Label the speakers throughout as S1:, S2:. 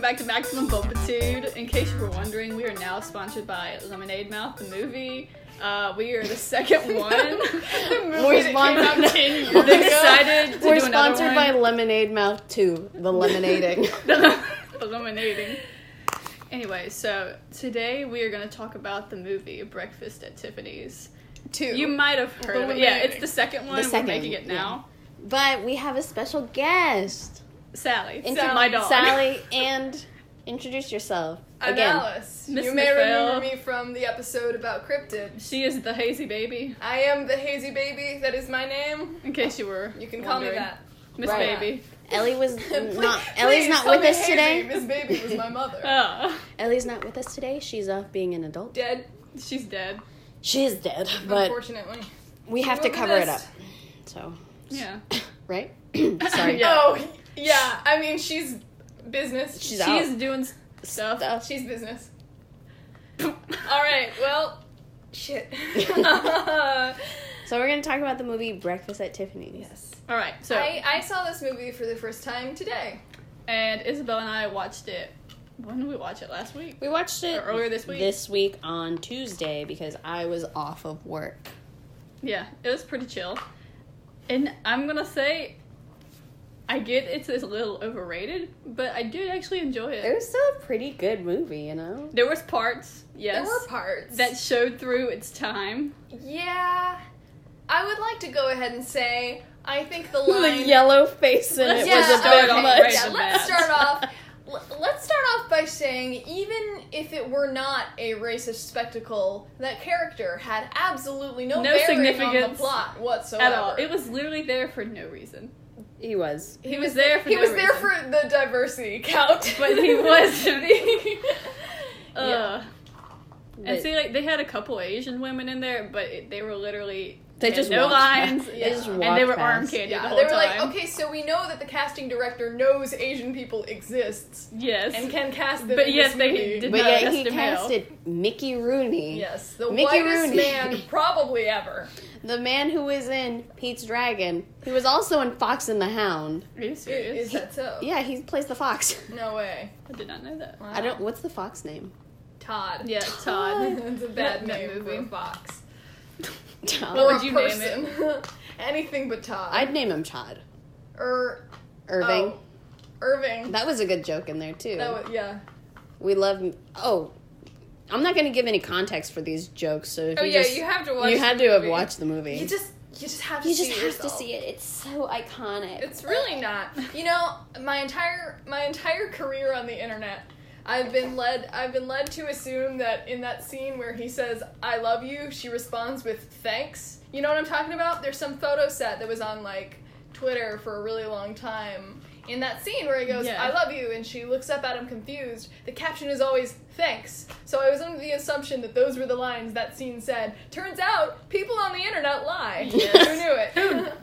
S1: back to Maximum Bumpitude. In case you were wondering, we are now sponsored by Lemonade Mouth, the movie. Uh, we are the second one. we
S2: movie's
S1: came
S2: long-
S1: out ten years ago. decided to
S2: We're
S1: do another
S2: sponsored by
S1: one.
S2: Lemonade Mouth 2, the lemonading.
S1: Eliminating. Anyway, so today we are going to talk about the movie Breakfast at Tiffany's.
S3: Two.
S1: You might have heard of it. Yeah, it's the second one.
S2: second,
S1: We're making it now.
S2: but we have a special guest.
S1: Sally.
S2: Intro-
S1: Sally. My dog.
S2: Sally, and introduce yourself.
S3: I'm
S2: again.
S3: Alice.
S1: Miss
S3: you may
S1: Nefel.
S3: remember me from the episode about cryptids.
S1: She is the hazy baby,
S3: I am the hazy baby. That is my name.
S1: in case you were.
S3: You can call me
S1: wondering.
S3: that.
S1: Miss
S2: Right.
S1: Baby.
S2: Ellie was
S3: Please-
S2: not Ellie's
S3: please
S2: not
S3: call
S2: with
S3: me
S2: us
S3: hazy.
S2: today.
S3: Miss Baby was my mother.
S1: Oh,
S2: Ellie's not with us today. She's off being an adult.
S3: Dead.
S1: she's dead.
S2: She is dead, but
S3: unfortunately.
S2: we have to
S3: We'll
S2: cover it up.
S3: missed.
S2: So,
S1: Yeah.
S2: right? Sorry.
S1: Yeah.
S3: Oh, yeah. I mean, she's business.
S2: She's
S1: She's
S2: out.
S1: doing s- stuff.
S2: Stuff.
S3: She's business.
S1: All
S3: All right. Well, shit.
S2: So we're gonna talk about the movie Breakfast at Tiffany's.
S3: yes.
S1: right. So,
S3: I, I saw this movie for the first time today.
S1: and Isabel and I watched it. When did we watch it? Last week.
S2: We watched it
S1: Or earlier this week?
S2: This week on Tuesday because I was off of work.
S1: Yeah, it was pretty chill. And I'm gonna say, I get it's a little overrated, but I did actually enjoy it.
S2: It
S3: Oh.
S2: was still a pretty good movie, you know.
S1: there was parts, yes,
S3: There were parts.
S1: that showed through its time.
S3: Yeah. I would like to go ahead and say I think the line.
S2: The yellow face in
S1: Let's
S2: it
S1: Yeah,
S2: was a
S1: start
S2: bit
S1: off
S2: much.
S1: right
S3: yeah,
S1: off the
S3: let's
S1: bat.
S3: start off. l- Let's start off by saying, even if it were not a racist spectacle, that character had absolutely no,
S1: No
S3: bearing on the
S1: significance
S3: plot whatsoever.
S1: At all, it was literally there for no reason.
S2: He was.
S1: He was there for
S3: he
S1: no
S3: was there
S1: reason.
S3: for the diversity count,
S1: But he wasn't.
S3: yeah.
S1: Ugh. And see, like they had a couple Asian women in there, but it, they were literally
S2: They
S1: had
S2: just
S1: no
S2: walked
S1: lines,
S2: past.
S3: They just
S1: and they were
S2: walked
S1: arm
S2: past.
S1: candy
S3: Yeah,
S1: the whole
S3: they were
S1: time.
S3: like, okay, so we know that the casting director knows Asian people exists
S1: yes,
S3: and can cast them.
S1: But
S3: in
S1: yes,
S3: this
S1: they
S3: movie.
S1: did
S2: But
S1: not
S2: yeah,
S1: cast
S2: he
S1: him out.
S2: casted Mickey Rooney,
S3: Yes, the
S2: Mickey
S3: whitest
S2: Rooney.
S3: man probably ever.
S2: the man who was in Pete's Dragon. He was also in Fox and the Hound.
S1: Are you serious?
S3: Is that so?
S2: Yeah, he plays the fox.
S3: No way.
S1: I did not know that.
S3: Wow.
S2: I don't. What's the fox name?
S3: Todd.
S1: Yeah, Todd.
S3: That's a bad
S1: That- that
S3: name for a
S1: movie.
S3: fox.
S2: Todd.
S1: Well,
S3: Or
S1: would
S3: a
S1: you name
S3: person. Anything but Todd.
S2: I'd name him Chad
S3: Er,
S2: Irving.
S3: oh, Irving.
S2: That was a good joke in there too.
S3: That was, yeah.
S2: We love. Oh, I'm not going to give any context for these jokes. So if
S3: Oh
S2: you
S3: yeah,
S2: just,
S3: you have to watch.
S2: you had
S3: the
S2: to have
S3: movie.
S2: watched the movie.
S3: You just you just have to
S2: You
S3: see
S2: just
S3: it
S2: have
S3: yourself.
S2: to see it. It's so iconic.
S3: It's really not. You know, my entire my entire career on the internet, I've been led I've been led to assume that in that scene where he says "I love you," she responds with "Thanks." You know what I'm talking about? There's some photo set that was on like Twitter for a really long time. In that scene where he goes,
S1: Yeah.
S3: "I love you," and she looks up at him confused, the caption is always "Thanks." So I was under the assumption that those were the lines that scene said. Turns out, people on the internet lie. Who knew it?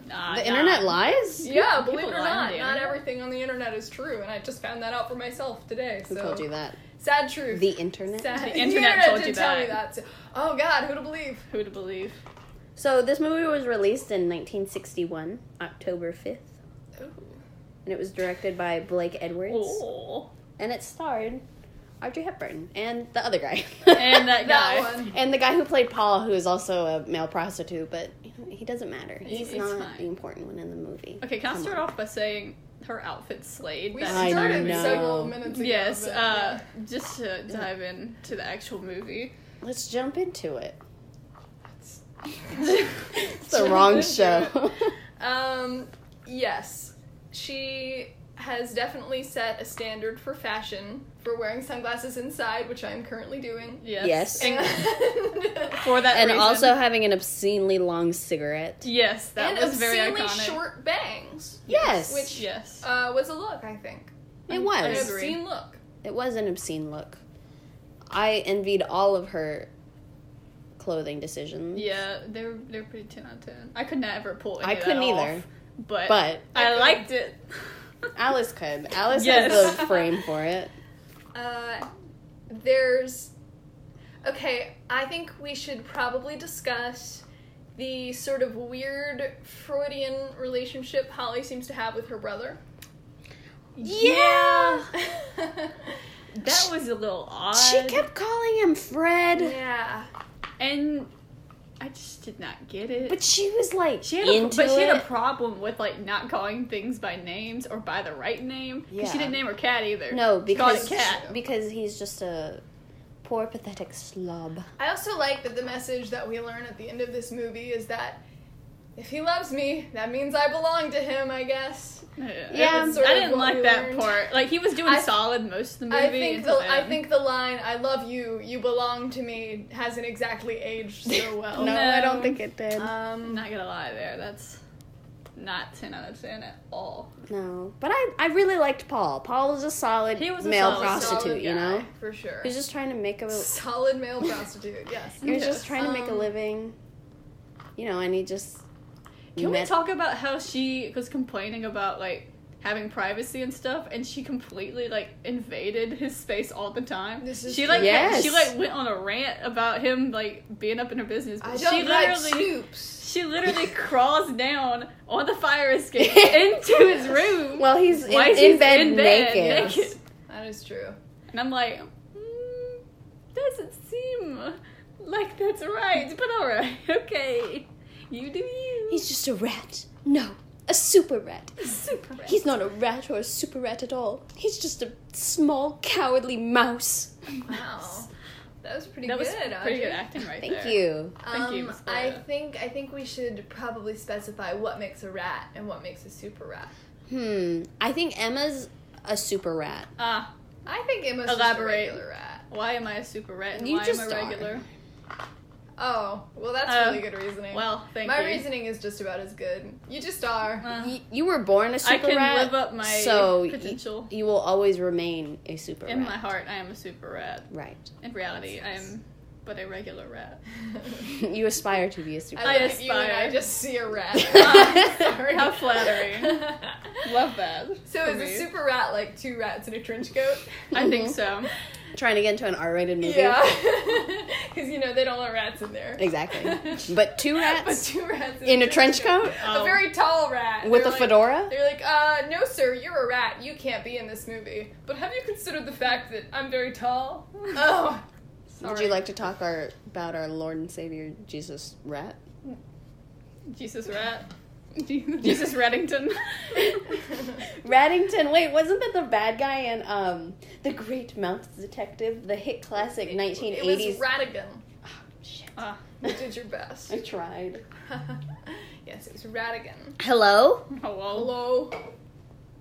S1: Nah, nah.
S2: the internet lies.
S3: Yeah,
S1: People
S3: believe it
S1: lie
S3: or
S1: on
S3: not,
S1: the
S3: not
S1: internet.
S3: everything on the internet is true, and I just found that out for myself today.
S2: Who
S3: so
S2: told you that?
S3: sad truth.
S2: The internet.
S3: sad.
S1: The internet told
S3: did
S1: you
S3: tell
S1: that.
S3: me that. so- oh God, who to believe?
S1: Who to believe?
S2: So this movie was released in 1961, October 5th, and it was directed by Blake Edwards,
S1: Oh,
S2: and it starred Audrey Hepburn and the other guy,
S1: and that guy.
S3: That one.
S2: And the guy who played Paul, who is also a male prostitute, but you know, he doesn't matter. He's
S1: it's
S2: not
S1: fine.
S2: the important one in the movie.
S1: Okay, can I
S2: Come
S1: start
S2: on.
S1: off by saying her outfit slayed?
S3: We
S1: that
S2: I
S1: entire
S3: started
S1: movie.
S2: know.
S3: several minutes ago.
S1: Yes, uh,
S3: but, yeah.
S1: just to dive in to the actual movie.
S2: Let's jump into it. It's the
S3: Jump
S2: wrong
S3: into
S2: show.
S3: Um, yes, she has definitely set a standard for fashion for wearing sunglasses inside, which I am currently doing.
S1: Yes.
S2: Yes.
S1: And
S3: And-
S1: for that
S2: and
S1: reason-
S2: also having an obscenely long cigarette.
S1: yes, that
S3: and
S1: was very
S3: obscenely
S1: iconic.
S3: short bangs,
S2: Yes.
S3: Which-
S1: yes.
S3: uh, was a look I think.
S2: it
S1: I
S3: An
S2: was.
S1: agree.
S3: obscene look.
S2: It was an obscene look. I envied all of her clothing decisions.
S1: yeah, they're they're pretty ten out of ten. I could never pull. Any
S2: I
S1: of that
S2: couldn't
S1: off,
S2: either.
S1: but
S2: But
S1: I liked it.
S2: Alice could. Alice
S1: Yes.
S2: has the frame for it.
S3: Uh, there's okay. I think we should probably discuss the sort of weird Freudian relationship Holly seems to have with her brother.
S1: Yeah. That was a little odd.
S2: She kept calling him Fred,
S3: yeah.
S1: and I just did not get it.
S2: but she was like
S1: She had a,
S2: into
S1: but she had a
S2: it.
S1: problem with like not calling things by names or by the right name. 'cause
S2: Yeah.
S1: she didn't name her cat either.
S2: no,
S1: she called
S2: because
S1: it cat.
S2: because he's just a poor pathetic slob.
S3: I also like that the message that we learn at the end of this movie is that if he loves me, that means I belong to him, I guess.
S2: Yeah.
S3: It's sort
S1: I
S3: of
S1: didn't
S3: what
S1: like
S3: we
S1: that
S3: learned.
S1: part. Like he was doing
S3: I-
S1: solid most of the movie.
S3: I think the
S1: until
S3: I
S1: then.
S3: think the line "I love you, you belong to me" hasn't exactly aged so well.
S1: Oh, No. Uh, I don't think
S2: it did.
S1: I'm
S3: Um,
S1: not gonna lie, there that's not ten out of ten at all.
S2: no, but I I really liked Paul. Paul was a solid
S1: He was a
S2: male
S1: solid-
S2: prostitute,
S3: solid
S2: you know.
S3: guy, for sure.
S2: He was just trying to make a
S3: solid male prostitute. Yes.
S2: he was
S1: Yes.
S2: just trying to make a
S3: Um,
S2: living, you know, and he just
S1: Can we
S2: met-
S1: talk about how she was complaining about like having privacy and stuff, and she completely like invaded his space all the time?
S3: This is
S1: she
S3: true.
S1: like had-
S2: Yes.
S1: she like went on a rant about him like being up in her business.
S3: I
S1: but
S3: don't
S1: she
S3: like
S1: literally
S3: Snoops.
S1: she literally crawls down on the fire escape into his room.
S2: Well, he's in,
S1: while
S2: in
S1: she's
S2: bed
S1: in bed
S2: naked.
S1: naked.
S3: That is true.
S1: And I'm like, mm, doesn't seem like that's right, but alright, okay. You do you.
S2: He's just a rat. No, a super rat.
S1: super rat.
S2: He's not a rat or a super rat at all. He's just a small, cowardly mouse.
S3: Wow. That was pretty
S1: that
S3: good.
S1: was pretty good
S3: Audrey.
S1: acting right
S2: Thank
S1: there.
S2: you.
S1: Thank you,
S3: Um,
S1: Miss
S3: I
S1: Gloria.
S3: think I think we should probably specify what makes a rat and what makes a super rat.
S2: Hmm. I think Emma's a super rat.
S1: Ah,
S3: I think Emma's
S1: Elaborate.
S3: just a regular rat.
S1: why am I a super rat and
S2: You
S1: why
S2: just
S1: am I
S2: are.
S1: regular?
S3: Oh, well, that's
S1: Uh,
S3: really good reasoning.
S1: Well, thank
S3: My
S1: you.
S3: reasoning is just about as good. You just are.
S1: Uh,
S2: Y- you were born a super
S1: I can
S2: rat.
S1: live up my
S2: so y-
S1: potential.
S2: you will always remain a super
S1: In
S2: rat.
S1: my heart, I am a super rat.
S2: Right.
S1: In reality, I am but a regular rat.
S2: you aspire to be a super
S3: I
S1: I
S2: rat.
S3: look at you and I
S1: aspire.
S3: just see a rat.
S1: Ah,
S3: Sorry.
S1: How flattering. Love that.
S3: So
S1: for
S3: is
S1: me.
S3: a super rat like two rats in a trench coat?
S1: I think so.
S2: Trying to get into an R-rated movie.
S3: Yeah. Because you know they don't want rats in there.
S2: Exactly. But two
S3: But
S2: rats
S3: two rats
S2: in
S3: in,
S2: a trench coat
S1: Oh.
S3: A very tall rat
S2: with
S3: They're
S2: a
S3: like-
S2: fedora.
S3: They're like, uh, no, sir, you're a rat. You can't be in this movie. But have you considered the fact that I'm very tall? Oh,
S2: Would you like to talk our, about our Lord and Savior Jesus rat?
S1: Jesus Rat. Jesus Reddington.
S2: Raddington. Wait, wasn't that the bad guy in um the Great Mouse Detective, the hit classic nineteen
S3: It was
S2: eighties?
S3: Ratigan.
S2: Shit,
S1: Ah,
S3: You did your best.
S2: I tried.
S3: yes, it was Ratigan.
S2: Hello.
S1: hello.
S3: Hello.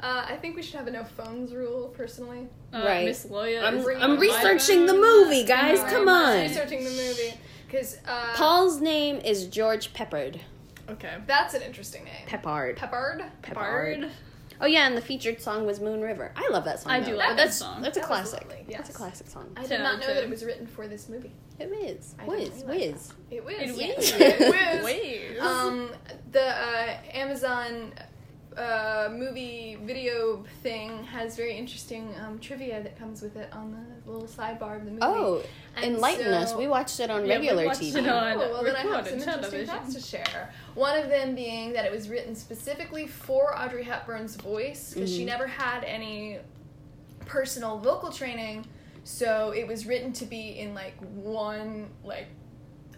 S3: Uh, I think we should have a no phones rule, personally.
S1: Uh,
S2: Right.
S1: Miss Loya.
S2: I'm
S1: is bringing
S2: I'm
S1: up my
S2: researching the
S1: phone.
S2: movie, guys.
S1: Yeah.
S2: Come
S3: Uh, I'm
S2: on.
S3: researching the movie because uh,
S2: Paul's name is George Peppard.
S1: Okay.
S3: That's an interesting name.
S2: Peppard.
S3: Peppard.
S2: Peppard.
S1: Bard.
S2: Oh yeah, and the featured song was Moon River. I love that song.
S1: I
S2: though.
S1: do like that
S2: that's,
S1: song.
S2: That's a
S3: That was
S2: classic.
S3: lovely,
S2: That's a
S3: yes.
S2: classic song.
S3: I did
S1: Ten out
S3: not
S1: of
S3: know that
S1: ten.
S3: it was written for this movie.
S2: It is.
S3: I
S2: Whiz,
S3: didn't
S2: whiz.
S3: realize It was.
S1: It
S2: is.
S3: It was.
S1: Wait.
S3: um, the uh, Amazon uh, movie video thing has very interesting um, trivia that comes with it on the little sidebar of the movie.
S2: Oh,
S3: And
S2: enlighten
S3: so-
S2: us. We watched it on
S1: Yeah, we
S2: regular
S1: watched
S2: TV.
S1: it on-
S3: Oh, well, then I have
S1: recorded
S3: some interesting
S1: television.
S3: facts to share. One of them being that it was written specifically for Audrey Hepburn's voice because she
S2: Mhm.
S3: never had any personal vocal training, so it was written to be in like one like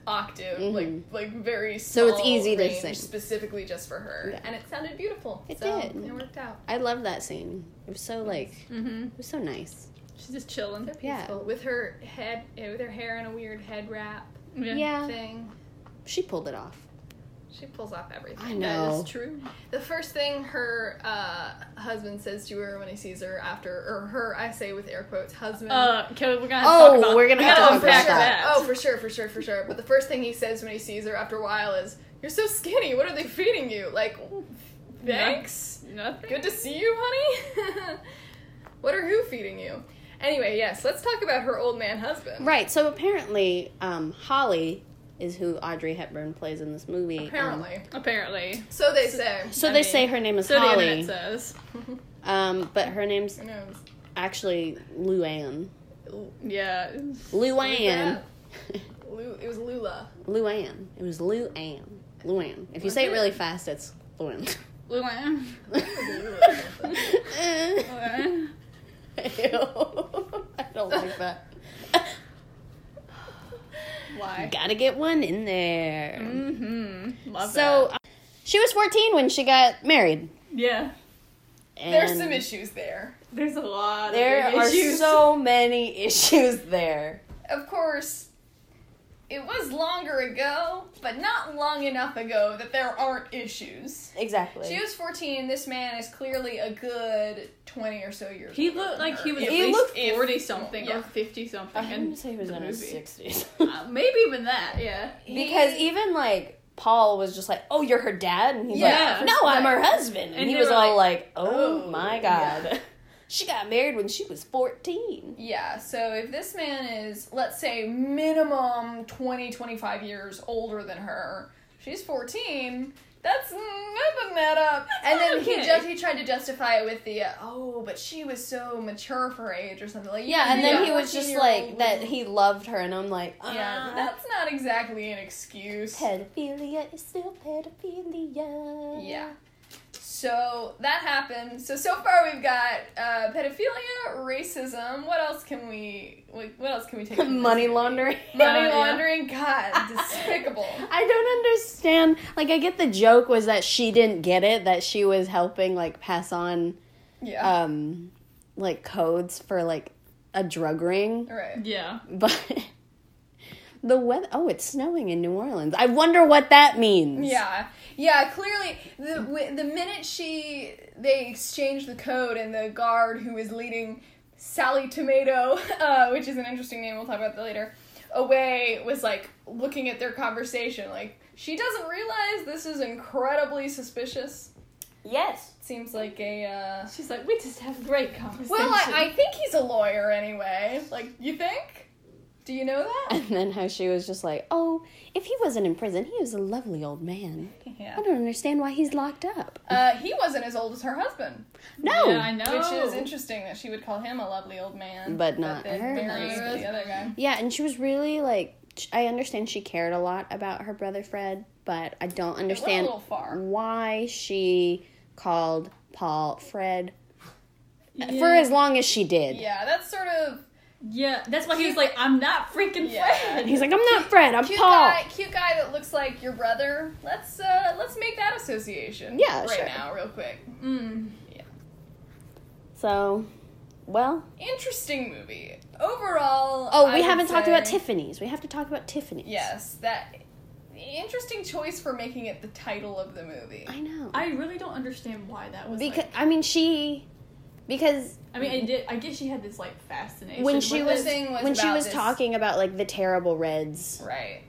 S3: octave,
S2: Mhm.
S3: like like very
S2: So
S3: small
S2: it's easy to
S3: range
S2: sing.
S3: specifically just for her,
S2: Yeah.
S3: and it sounded beautiful.
S2: It
S3: so
S2: did.
S3: It worked out.
S2: I love that scene. It was so like
S1: Mm-hmm.
S2: it was so nice.
S1: She's just chilling.
S3: So
S2: Yeah.
S3: peaceful with her head, eh, with her hair in a weird head wrap
S2: Yeah.
S3: thing.
S2: She pulled it off.
S3: She pulls off everything.
S2: I
S1: That
S2: know.
S1: is true.
S3: The first thing her uh, husband says to her when he sees her after, or her, I say with air quotes, husband.
S1: Uh, okay, we're gonna have
S2: Oh,
S1: to talk about
S2: we're gonna
S1: we
S2: have to
S1: gotta
S2: talk about
S1: unpack
S3: sure.
S2: that.
S3: Oh, for sure, for sure, for sure. But the first thing he says when he sees her after a while is, "You're so skinny. What are they feeding you?" Like, thanks.
S1: Nothing.
S3: Good to see you, honey. what are who feeding you? Anyway, yes, let's talk about her old man husband.
S2: Right. So apparently, um, Holly is who Audrey Hepburn plays in this movie. um,
S3: Apparently,
S1: Apparently.
S3: so they say.
S2: so
S1: I
S2: they
S1: mean,
S2: say her name is
S1: So the internet
S2: Holly.
S1: says.
S2: Um, but her name's
S3: Who knows?
S2: actually Luann.
S1: Yeah.
S2: Luann.
S3: Lu- it was Lula.
S2: Luann. It was Luann. Luann. If you say it really fast, it's Luann. I don't like that.
S1: Why?
S2: Gotta get one in there.
S1: Mm-hmm. Love
S2: so
S1: that.
S2: uh, she was 14 when she got married.
S1: Yeah.
S2: And
S3: There's some issues there.
S1: There's a lot
S2: There
S1: of
S2: are
S1: issues.
S2: so many issues there.
S3: Of course, it was longer ago, but not long enough ago that there aren't issues.
S2: Exactly.
S3: She was 14. This man is clearly a good 20 or so years.
S1: He
S3: older
S1: looked
S3: than
S1: like
S3: her.
S1: he was
S3: If-
S1: at
S2: He
S1: least
S2: looked-
S1: forty something
S3: Yeah.
S1: or fifty something.
S2: I'm gonna
S1: And
S2: say he was in his
S1: movie.
S2: 60s.
S1: uh, maybe even that, yeah.
S2: because
S3: he-
S2: even like Paul was just like, "Oh, you're her dad," and he's
S1: Yeah.
S2: like, "No, I'm her husband," and,
S1: And
S2: he
S1: they
S2: was
S1: were
S2: all like, "Oh
S3: "Oh,
S2: my god, she got married when she was 14."
S3: Yeah, so if this man is, let's say, minimum 20, 25 years older than her, she's 14. That's nothing that up. and
S1: not
S3: then
S1: okay.
S3: he just he tried to justify it with the uh, oh, but she was so mature for her age or something like
S2: Yeah, and then
S1: Yeah.
S2: he was just like that he loved her, and I'm like,
S3: yeah,
S2: "Ah,
S3: that's not exactly an excuse.
S2: pedophilia is still pedophilia."
S3: Yeah. So that happened. So so far we've got uh, pedophilia, racism. What else can we? What what else can we take? from this
S2: money
S3: movie?
S2: laundering.
S1: Uh,
S3: Money
S1: yeah.
S3: laundering. God, despicable.
S2: I don't understand. Like, I get the joke was that she didn't get it, that she was helping like pass on
S3: Yeah.
S2: um like codes for like a drug ring
S3: All right.
S1: Yeah.
S2: but the weather oh it's snowing in new orleans i wonder what that means
S3: Yeah, yeah. Clearly, the w- the minute she they exchange the code and the guard who is leading Sally Tomato, uh, which is an interesting name, we'll talk about that later. Away was like looking at their conversation, like she doesn't realize this is incredibly suspicious.
S2: yes
S3: Seems like a. Uh...
S1: She's like, we just have great conversation.
S3: Well, I, I think he's a lawyer anyway. Like, you think? Do you know that?
S2: and then how she was just like oh if he wasn't in prison he was a lovely old man
S3: Yeah.
S2: i don't understand why he's locked up
S3: Uh, he wasn't as old as her husband.
S2: no
S1: Yeah, I know.
S3: Which is interesting that she would call him a lovely old man,
S2: But not
S3: then
S2: her
S3: marries
S1: husband.
S3: the other guy.
S2: Yeah, and she was really like sh- I understand she cared a lot about her brother Fred, but I don't understand
S3: little far.
S2: Mm. why she called Paul Fred for as long as she did.
S3: Yeah, that's sort of
S1: Yeah, that's why he was like, I'm not freaking
S3: Yeah.
S1: Fred.
S2: He's like, I'm not Fred, I'm
S3: cute
S2: Paul.
S3: guy. Cute guy that looks like your brother. Let's uh, let's make that association.
S2: Yeah,
S3: right
S2: sure.
S3: now, real quick.
S1: Mm.
S2: So, well,
S3: Interesting movie overall.
S2: oh,
S3: I
S2: we
S3: would
S2: haven't talked about
S3: say-
S2: Tiffany's. We have to talk about Tiffany's.
S3: Yes, that interesting choice for making it the title of the movie.
S2: I know.
S1: I really don't understand why that was.
S2: because
S1: like-
S2: I mean she because
S1: I mean, I did. I guess she had this like fascination
S2: when she
S1: with
S2: was
S1: it.
S3: thing was
S2: when she
S3: about
S2: was
S3: this-
S2: talking about like the terrible reds
S3: Right.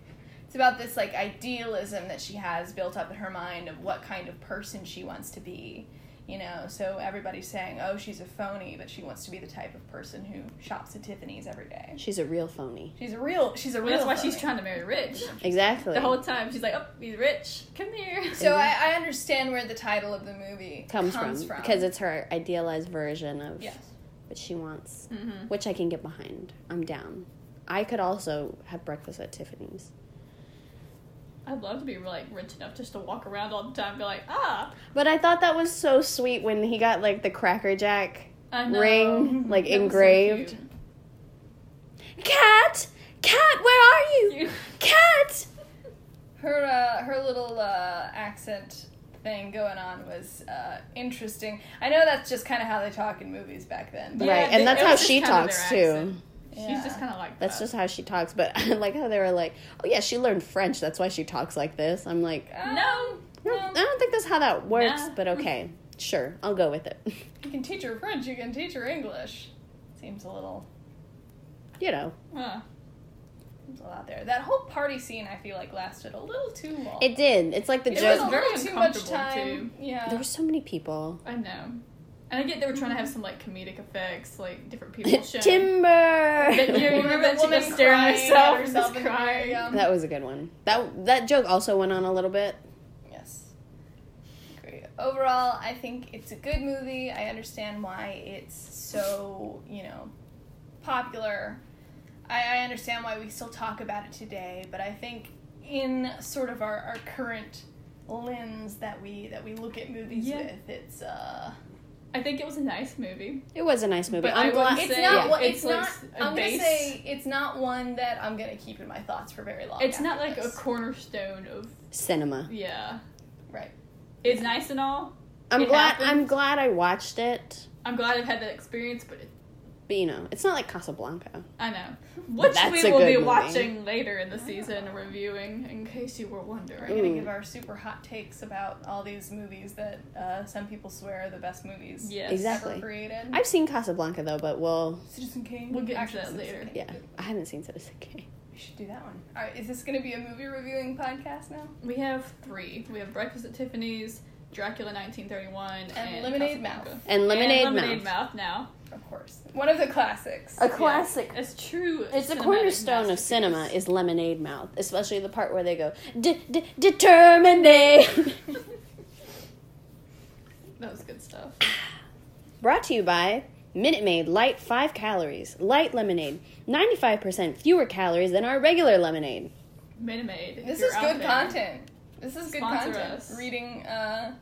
S3: It's about this like idealism that she has built up in her mind of what kind of person she wants to be. You know, so everybody's saying, "Oh, she's a phony," but she wants to be the type of person who shops at Tiffany's every day.
S2: she's a real phony
S3: She's a real. She's a
S1: Well,
S3: real.
S1: that's why
S3: phony.
S1: she's trying to marry rich.
S2: exactly
S1: The whole time she's like, oh, he's rich. Come here.
S3: So I, I understand where the title of the movie
S2: comes, from, because it's her idealized version of
S3: yes,
S2: what she wants,
S1: Mhm.
S2: which I can get behind. I'm down. I could also have breakfast at Tiffany's.
S1: I'd love to be like rich enough just to walk around all the time, and be like, ah,
S2: But I thought that was so sweet when he got like the Cracker Jack
S1: I know.
S2: Ring, like,
S1: That was so
S2: engraved.
S1: cute.
S2: cat. Cat, where are you?
S1: You-
S2: Cat.
S3: her uh, her little uh, accent thing going on was uh, interesting. I know that's just kind of how they talk in movies back then. But
S1: Yeah,
S2: right, and
S1: they-
S2: that's
S1: it
S2: how
S1: was just
S2: she
S1: kind of their
S2: talks too.
S1: accent. Uh, She's just kind of like
S2: That's
S1: that.
S2: just how she talks. But I like how they were like, "Oh yeah, she learned French. That's why she talks like this." I'm like,
S3: Um,
S1: No.
S2: "No, I don't think that's how that works.
S1: Nah.
S2: But okay, sure, I'll go with it.
S3: You can teach her French, you can teach her English. Seems a little
S2: you know,
S1: Huh.
S3: seems a lot there. That whole party scene I feel like lasted a little too long.
S2: it did. It's like the
S3: It
S1: was
S2: joke.
S3: a
S1: very
S3: little too much
S1: uncomfortable,
S3: time.
S2: There
S3: Yeah.
S2: were so many people.
S1: I know. And I get they were trying to have some like comedic effects, like different people shown. That you
S2: Timber.
S1: remember that she
S3: woman
S1: was staring at
S3: crying
S1: herself
S3: at
S1: and
S3: herself
S1: just
S3: in the mirror,
S1: crying.
S3: yeah.
S2: That was a good one. That that joke also went on a little bit.
S3: Yes. Agree. Overall, I think it's a good movie. I understand why it's so, you know, popular. I, I understand why we still talk about it today, but I think in sort of our, our current lens that we that we look at movies
S1: Yeah.
S3: with. It's uh,
S1: I think it was a nice movie.
S2: It was a nice movie.
S1: But I
S2: I'm
S1: would
S2: glad.
S1: say-
S3: it's
S1: say
S3: not.
S2: yeah.
S3: one-
S1: it's
S3: It's,
S1: like
S3: not.
S1: s- a
S3: I'm gonna
S1: base.
S3: say it's not one that I'm gonna keep in my thoughts for very
S2: Oh,
S3: long.
S1: It's
S3: after
S1: not like a
S3: this.
S1: cornerstone of
S2: cinema.
S1: yeah.
S3: right.
S1: It's nice and all.
S2: I'm
S1: It
S2: glad.
S1: happens.
S2: I'm glad I watched it.
S1: I'm glad I've had that experience, but it,
S2: But you know, it's not like Casablanca.
S1: I know. Which
S2: That's
S1: we
S2: a
S1: will
S2: good eh?
S1: be
S2: movie.
S1: watching later in the season, reviewing, in case you were
S3: We're
S1: wondering.
S3: gonna
S2: Ooh.
S3: give our super hot takes about all these movies that uh, some people swear are the best movies
S1: Yes.
S2: Exactly.
S3: ever created.
S2: I've seen Casablanca though, but well,
S3: Citizen Kane.
S1: We'll get into
S3: Actually,
S1: that
S3: Citizen
S1: later.
S3: Kane.
S2: yeah, I haven't seen Citizen Kane.
S3: We should do that one. All right, is this going to be a movie reviewing podcast now?
S1: We have three. We have Breakfast at Tiffany's, Dracula 1931, and,
S3: Lemonade
S1: Casablanca.
S3: Mouth.
S2: And Lemonade,
S1: and Lemonade
S2: Mouth.
S1: Mouth now.
S3: Of course. One of the classics.
S2: A classic.
S1: Yeah, it's true.
S2: It's a
S1: cinematic
S2: cornerstone of
S1: masterpiece.
S2: cinema is Lemonade Mouth, especially the part where they go d d determinate.
S1: That was good stuff.
S2: Brought to you by Minute Maid Light 5 Calories Light Lemonade, 95% fewer calories than our regular lemonade.
S1: Minimade.
S3: this
S1: you're
S3: is
S1: out
S3: good
S1: there.
S3: content. This is good
S1: Sponsor
S3: content.
S1: us.
S3: Reading uh,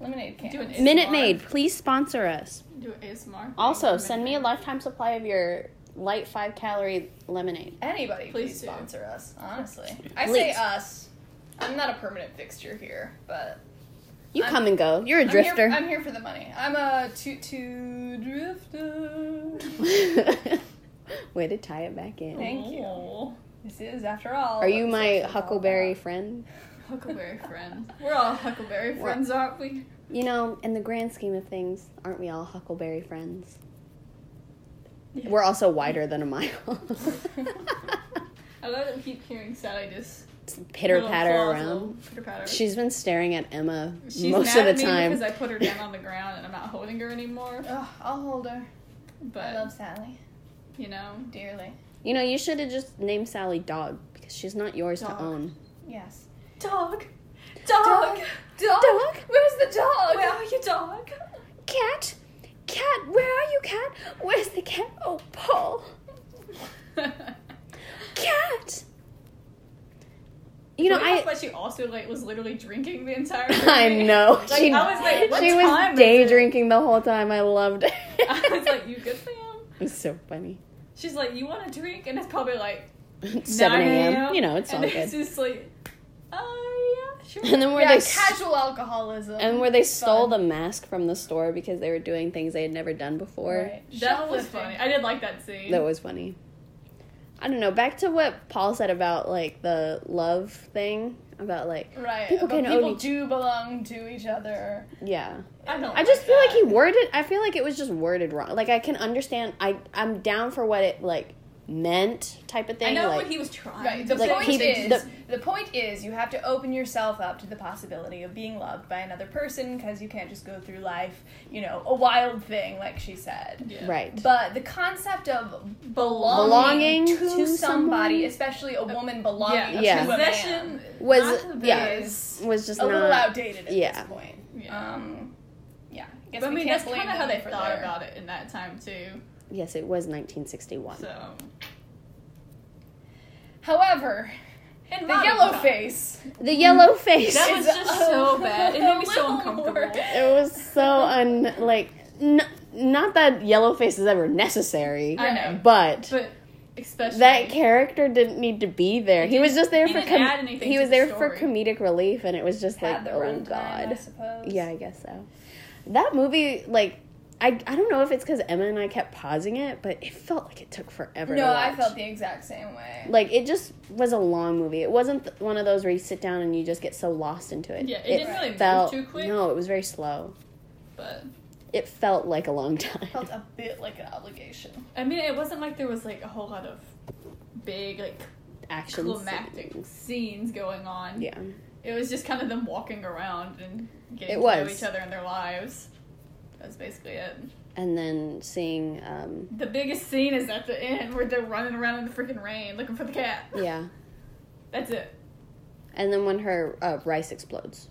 S3: Lemonade Can.
S1: Do an ASMR.
S2: Minute Maid, please sponsor us.
S1: Do an ASMR.
S2: Also,
S1: Minute
S2: send me a
S1: Maid.
S2: lifetime supply of your Light 5 Calorie lemonade.
S3: Anybody, please,
S1: Please do.
S3: sponsor us, honestly. I say
S2: Please.
S3: us. I'm not a permanent fixture here, but
S2: You
S3: I'm-
S2: come and go. You're a
S3: I'm here,
S2: drifter.
S3: I'm here for the money. I'm a toot toot drifter.
S2: Way to tie it back in.
S3: Thank you.
S1: Aw.
S3: This is, after all.
S2: Are you
S3: what
S2: my
S3: sex is all
S2: huckleberry
S3: about.
S2: friend?
S1: Huckleberry friends. We're all Huckleberry friends, aren't we?
S2: You know, in the grand scheme of things, aren't we all huckleberry friends?
S1: Yeah.
S2: We're also wider than a mile.
S1: I love that we keep hearing Sally just Oh,
S2: Pitter patter around.
S1: Pitter patter.
S2: She's been staring at Emma
S1: She's
S2: most
S1: mad
S2: of the
S1: at me
S2: time.
S1: because I put her down on the ground and I'm not holding her anymore.
S3: Ugh, I'll hold her. I love
S1: But
S3: Sally
S1: you know,
S3: dearly.
S2: You know, you should have just named Sally Dog because she's not yours
S1: Dog.
S2: to own.
S3: Yes.
S1: dog,
S3: Dog!
S1: dog,
S3: Dog!
S2: Dog?
S3: Where's the dog?
S1: where are you, dog?
S2: Cat, cat, where are you, cat? Where's the cat? Oh, Paul, cat. You know, I
S1: But she also like was literally drinking the entire.
S2: I
S1: movie.
S2: know
S1: Like,
S2: she
S1: I was like, what
S2: she
S1: time
S2: was
S1: is
S2: day
S1: it?
S2: drinking the whole time. I loved it.
S1: I was like, you good, ma'am?
S2: it's so funny.
S1: She's like, you want a drink? And it's probably like
S2: 7
S1: 9
S2: a.m. You know, it's all
S1: and It's
S2: good.
S1: just like, oh yeah, sure.
S2: And then where
S3: yeah,
S2: they s-
S3: casual alcoholism.
S2: and where they stole
S3: Fun.
S2: the mask from the store because they were doing things they had never done before.
S3: Right.
S1: that was
S3: Shoplifting.
S1: funny. I did like that scene.
S2: That was funny. I don't know. Back to what Paul said about like the love thing about like
S3: Right.
S2: People
S3: but
S2: can
S3: people
S2: only-
S3: do belong to each other.
S2: yeah.
S1: I don't.
S2: I just feel like
S1: that.
S2: he worded. I feel like it was just worded wrong. Like I can understand. I I'm down for what it like meant type of thing.
S1: I know
S2: like,
S1: what he was trying.
S3: Right.
S1: to
S3: The
S2: Um, Like,
S1: say.
S3: point
S2: keep-
S3: is
S2: the-
S3: the... point is you have to open yourself up to the possibility of being loved by another person because you can't just go through life, you know, a wild thing like she said.
S1: Yeah.
S2: right.
S3: But the concept of
S1: Belonging
S3: belonging, to,
S2: to
S3: somebody,
S2: someone?
S3: especially a woman belonging
S2: Yeah.
S3: to a man,
S1: Possession
S2: Was-
S1: not
S2: yeah.
S1: is-
S2: was just
S3: a
S2: not.
S3: little outdated at
S2: yeah.
S3: this point.
S1: Yeah.
S3: Um, yeah. Guess
S1: But I
S3: we
S1: mean,
S3: can't
S1: that's kind
S3: blame
S1: of how
S3: them
S1: they
S3: for
S1: thought
S3: their-
S1: about it in that time too.
S2: Yes, it was 1961.
S1: So
S3: However,
S1: and
S3: the
S1: modern
S3: yellow
S1: times.
S3: face.
S2: The yellow face.
S1: That was
S3: It's
S1: just
S3: a
S1: so bad. It made me
S3: little
S1: so uncomfortable.
S3: more-
S2: it was so un like n- not that yellow face is ever necessary,
S1: I know.
S2: but.
S1: But especially
S2: that character didn't need to be there. He was just there
S1: He
S2: for
S1: didn't add anything
S2: he
S1: to
S2: was
S1: the
S2: there for
S1: story.
S2: comedic relief, and it was just
S3: Had
S2: like,
S3: the
S2: oh
S3: runtime, I
S2: god,
S3: suppose.
S2: yeah, I guess so. That movie, like, I I don't know if it's because Emma and I kept pausing it, but it felt like it took forever. to
S3: No, I
S2: watch.
S3: felt the exact same way.
S2: like it just was a long movie. It wasn't th- one of those where you sit down and you just get so lost into it.
S1: Yeah, it didn't really move too quick.
S2: No, it was very slow.
S1: but
S2: It felt like a long time.
S3: felt a bit like an obligation.
S1: I mean, it wasn't like there was like a whole lot of big like
S2: Action
S1: climactic
S2: scenes.
S1: scenes going on.
S2: Yeah,
S1: It was just kind of them walking around and getting
S2: It
S1: to know
S2: was.
S1: each other in their lives. That's basically it.
S2: and then seeing um,
S1: The biggest scene is at the end where they're running around in the freaking rain looking for the cat.
S2: yeah.
S1: That's it.
S2: And then when her uh, rice explodes.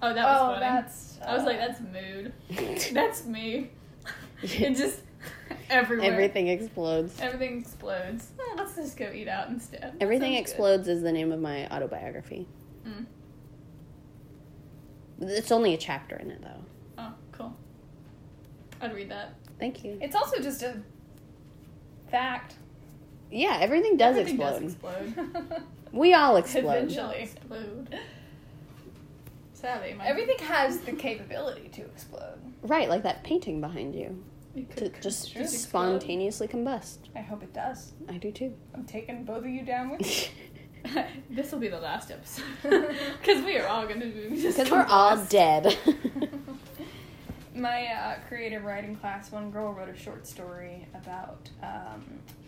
S1: Oh, that was
S3: oh,
S1: funny.
S3: that's.
S1: I was
S3: uh,
S1: like, that's mood. That's me. it just everywhere.
S2: Everything explodes.
S1: Everything explodes. Eh, let's just go eat out instead. That
S2: Everything
S1: sounds good.
S2: explodes is the name of my autobiography.
S1: Mm.
S2: It's only a chapter in it though.
S1: Oh, cool. I'd read that.
S2: Thank you.
S3: It's also just a fact.
S2: Yeah, everything does
S1: Everything
S2: explode.
S1: does explode.
S2: We all explode.
S3: Adventure.
S1: Shall
S3: Really?
S1: explode. Savvy, my
S3: Everything has the capability to explode.
S2: Right, like that painting behind you.
S1: It
S2: To
S1: could-
S2: just
S1: could explode.
S2: spontaneously combust.
S3: I hope it does.
S2: I do too.
S3: I'm taking both of you down with me.
S1: this will be the last episode because we are all going to be just.
S2: Because we're all
S1: combust.
S2: dead.
S3: My uh, creative writing class, one girl wrote a short story about um,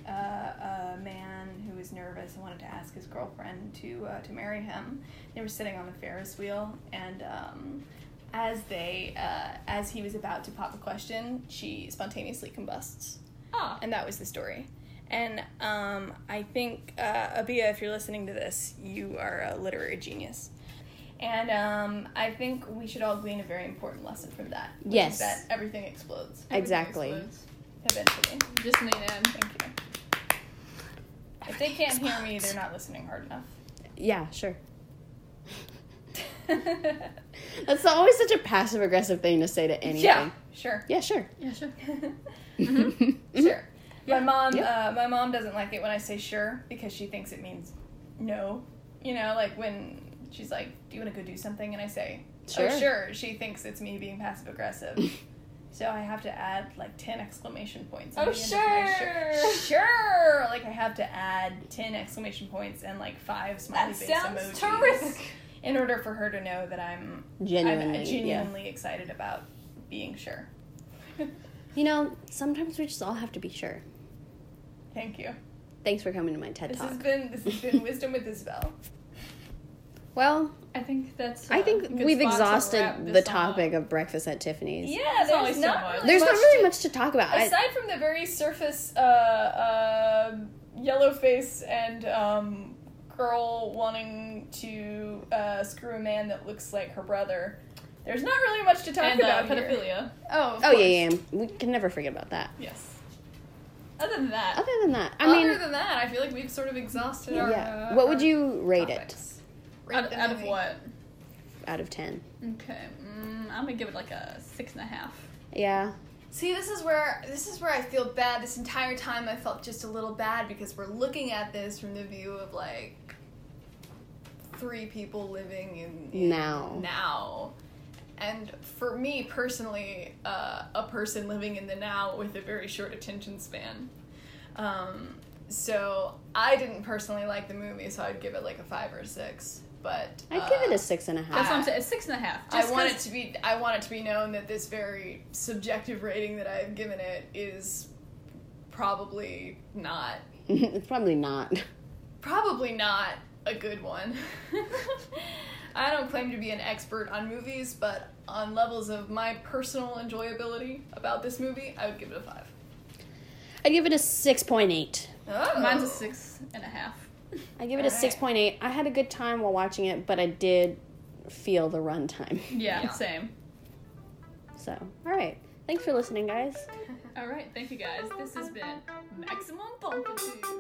S3: uh, a man who was nervous and wanted to ask his girlfriend to uh, to marry him. They were sitting on a Ferris wheel, and um, as they uh, as he was about to pop a question, she spontaneously combusts.
S1: Ah,
S3: and that was the story. And um, I think uh, Abia, if you're listening to this, you are a literary genius. And um, I think we should all glean a very important lesson from that. which is
S2: Yes.
S3: that everything explodes
S1: everything
S2: Exactly.
S1: explodes.
S3: eventually.
S1: Just lean in.
S3: Thank you. If they can't hear me, they're not listening hard enough.
S2: yeah, sure. That's always such a passive aggressive thing to say to anything.
S3: yeah, sure.
S2: Yeah, Mm-hmm. sure.
S1: Yeah, sure.
S3: sure. My mom,
S2: Yeah.
S3: uh, my mom doesn't like it when I say sure because she thinks it means no. You know, like when she's like, "Do you want to go do something?" and I say,
S2: Sure.
S3: "Oh, sure." She thinks it's me being passive aggressive. so I have to add like ten exclamation points. at
S1: Oh,
S3: the end of my
S1: sure.
S3: sure. Like I have to add ten exclamation points and like five smiley face emojis in order for her to know that I'm
S2: Genuinely.
S3: I'm
S2: yeah.
S3: genuinely excited about being sure.
S2: You know, sometimes we just all have to be sure.
S3: Thank you.
S2: Thanks for coming to my TED
S3: This
S2: Talk.
S3: has been this has been wisdom with Isabel.
S2: well,
S1: I think that's.
S2: I
S1: uh,
S2: think
S1: a good
S2: we've
S1: spot to wrap
S2: exhausted
S1: this
S2: the
S1: all up.
S2: topic of breakfast at Tiffany's.
S3: Yeah,
S1: There's
S3: there's
S1: always
S3: not
S1: someone.
S3: really
S2: There's
S3: much
S2: not really
S3: to-
S2: much to talk about. I-
S3: aside from the very surface uh, uh, yellow face and um, girl wanting to uh, screw a man that looks like her brother. There's not really much to talk
S1: And uh,
S3: about here.
S1: pedophilia.
S3: Oh, of
S2: oh
S3: course.
S2: yeah, yeah. We can never forget about that.
S1: Yes. Other than that,
S2: Other than that, I
S3: Other
S2: mean,
S3: than that, I feel like we've sort of exhausted our.
S2: yeah.
S3: uh,
S2: What would
S3: our
S2: you rate it
S3: topics.
S1: out,
S3: the
S1: out of
S3: movie.
S1: what?
S2: out of ten?
S1: Okay, mm, I'm gonna give it like a six and a half.
S2: Yeah.
S3: See, this is where this is where I feel bad. This entire time, I felt just a little bad because we're looking at this from the view of like three people living in, in
S2: Now.
S3: Now, and for me personally, uh, a person living in the now with a very short attention span. Um, so I didn't personally like the movie, so I'd give it like a five or a six. But
S2: I'd
S3: uh,
S2: give it a six and a half.
S1: That's what I'm saying. It's six and a half.
S3: I
S1: Just
S3: want
S1: 'cause-
S3: it to be. I want it to be known that this very subjective rating that I've given it is probably not.
S2: It's Probably not.
S3: Probably not a good one. I don't claim to be an expert on movies, but on levels of my personal enjoyability about this movie, I would give it a five.
S2: I'd give it a six point eight.
S3: Oh.
S1: Mine's a six and a half.
S2: I give it a
S3: Alright.
S2: six point eight. I had a good time while watching it, but I did feel the runtime.
S1: Yeah,
S3: Yeah.
S1: same.
S2: So, all right. Thanks for listening, guys.
S1: All right, thank you guys. This has been Maximum Bumpitude.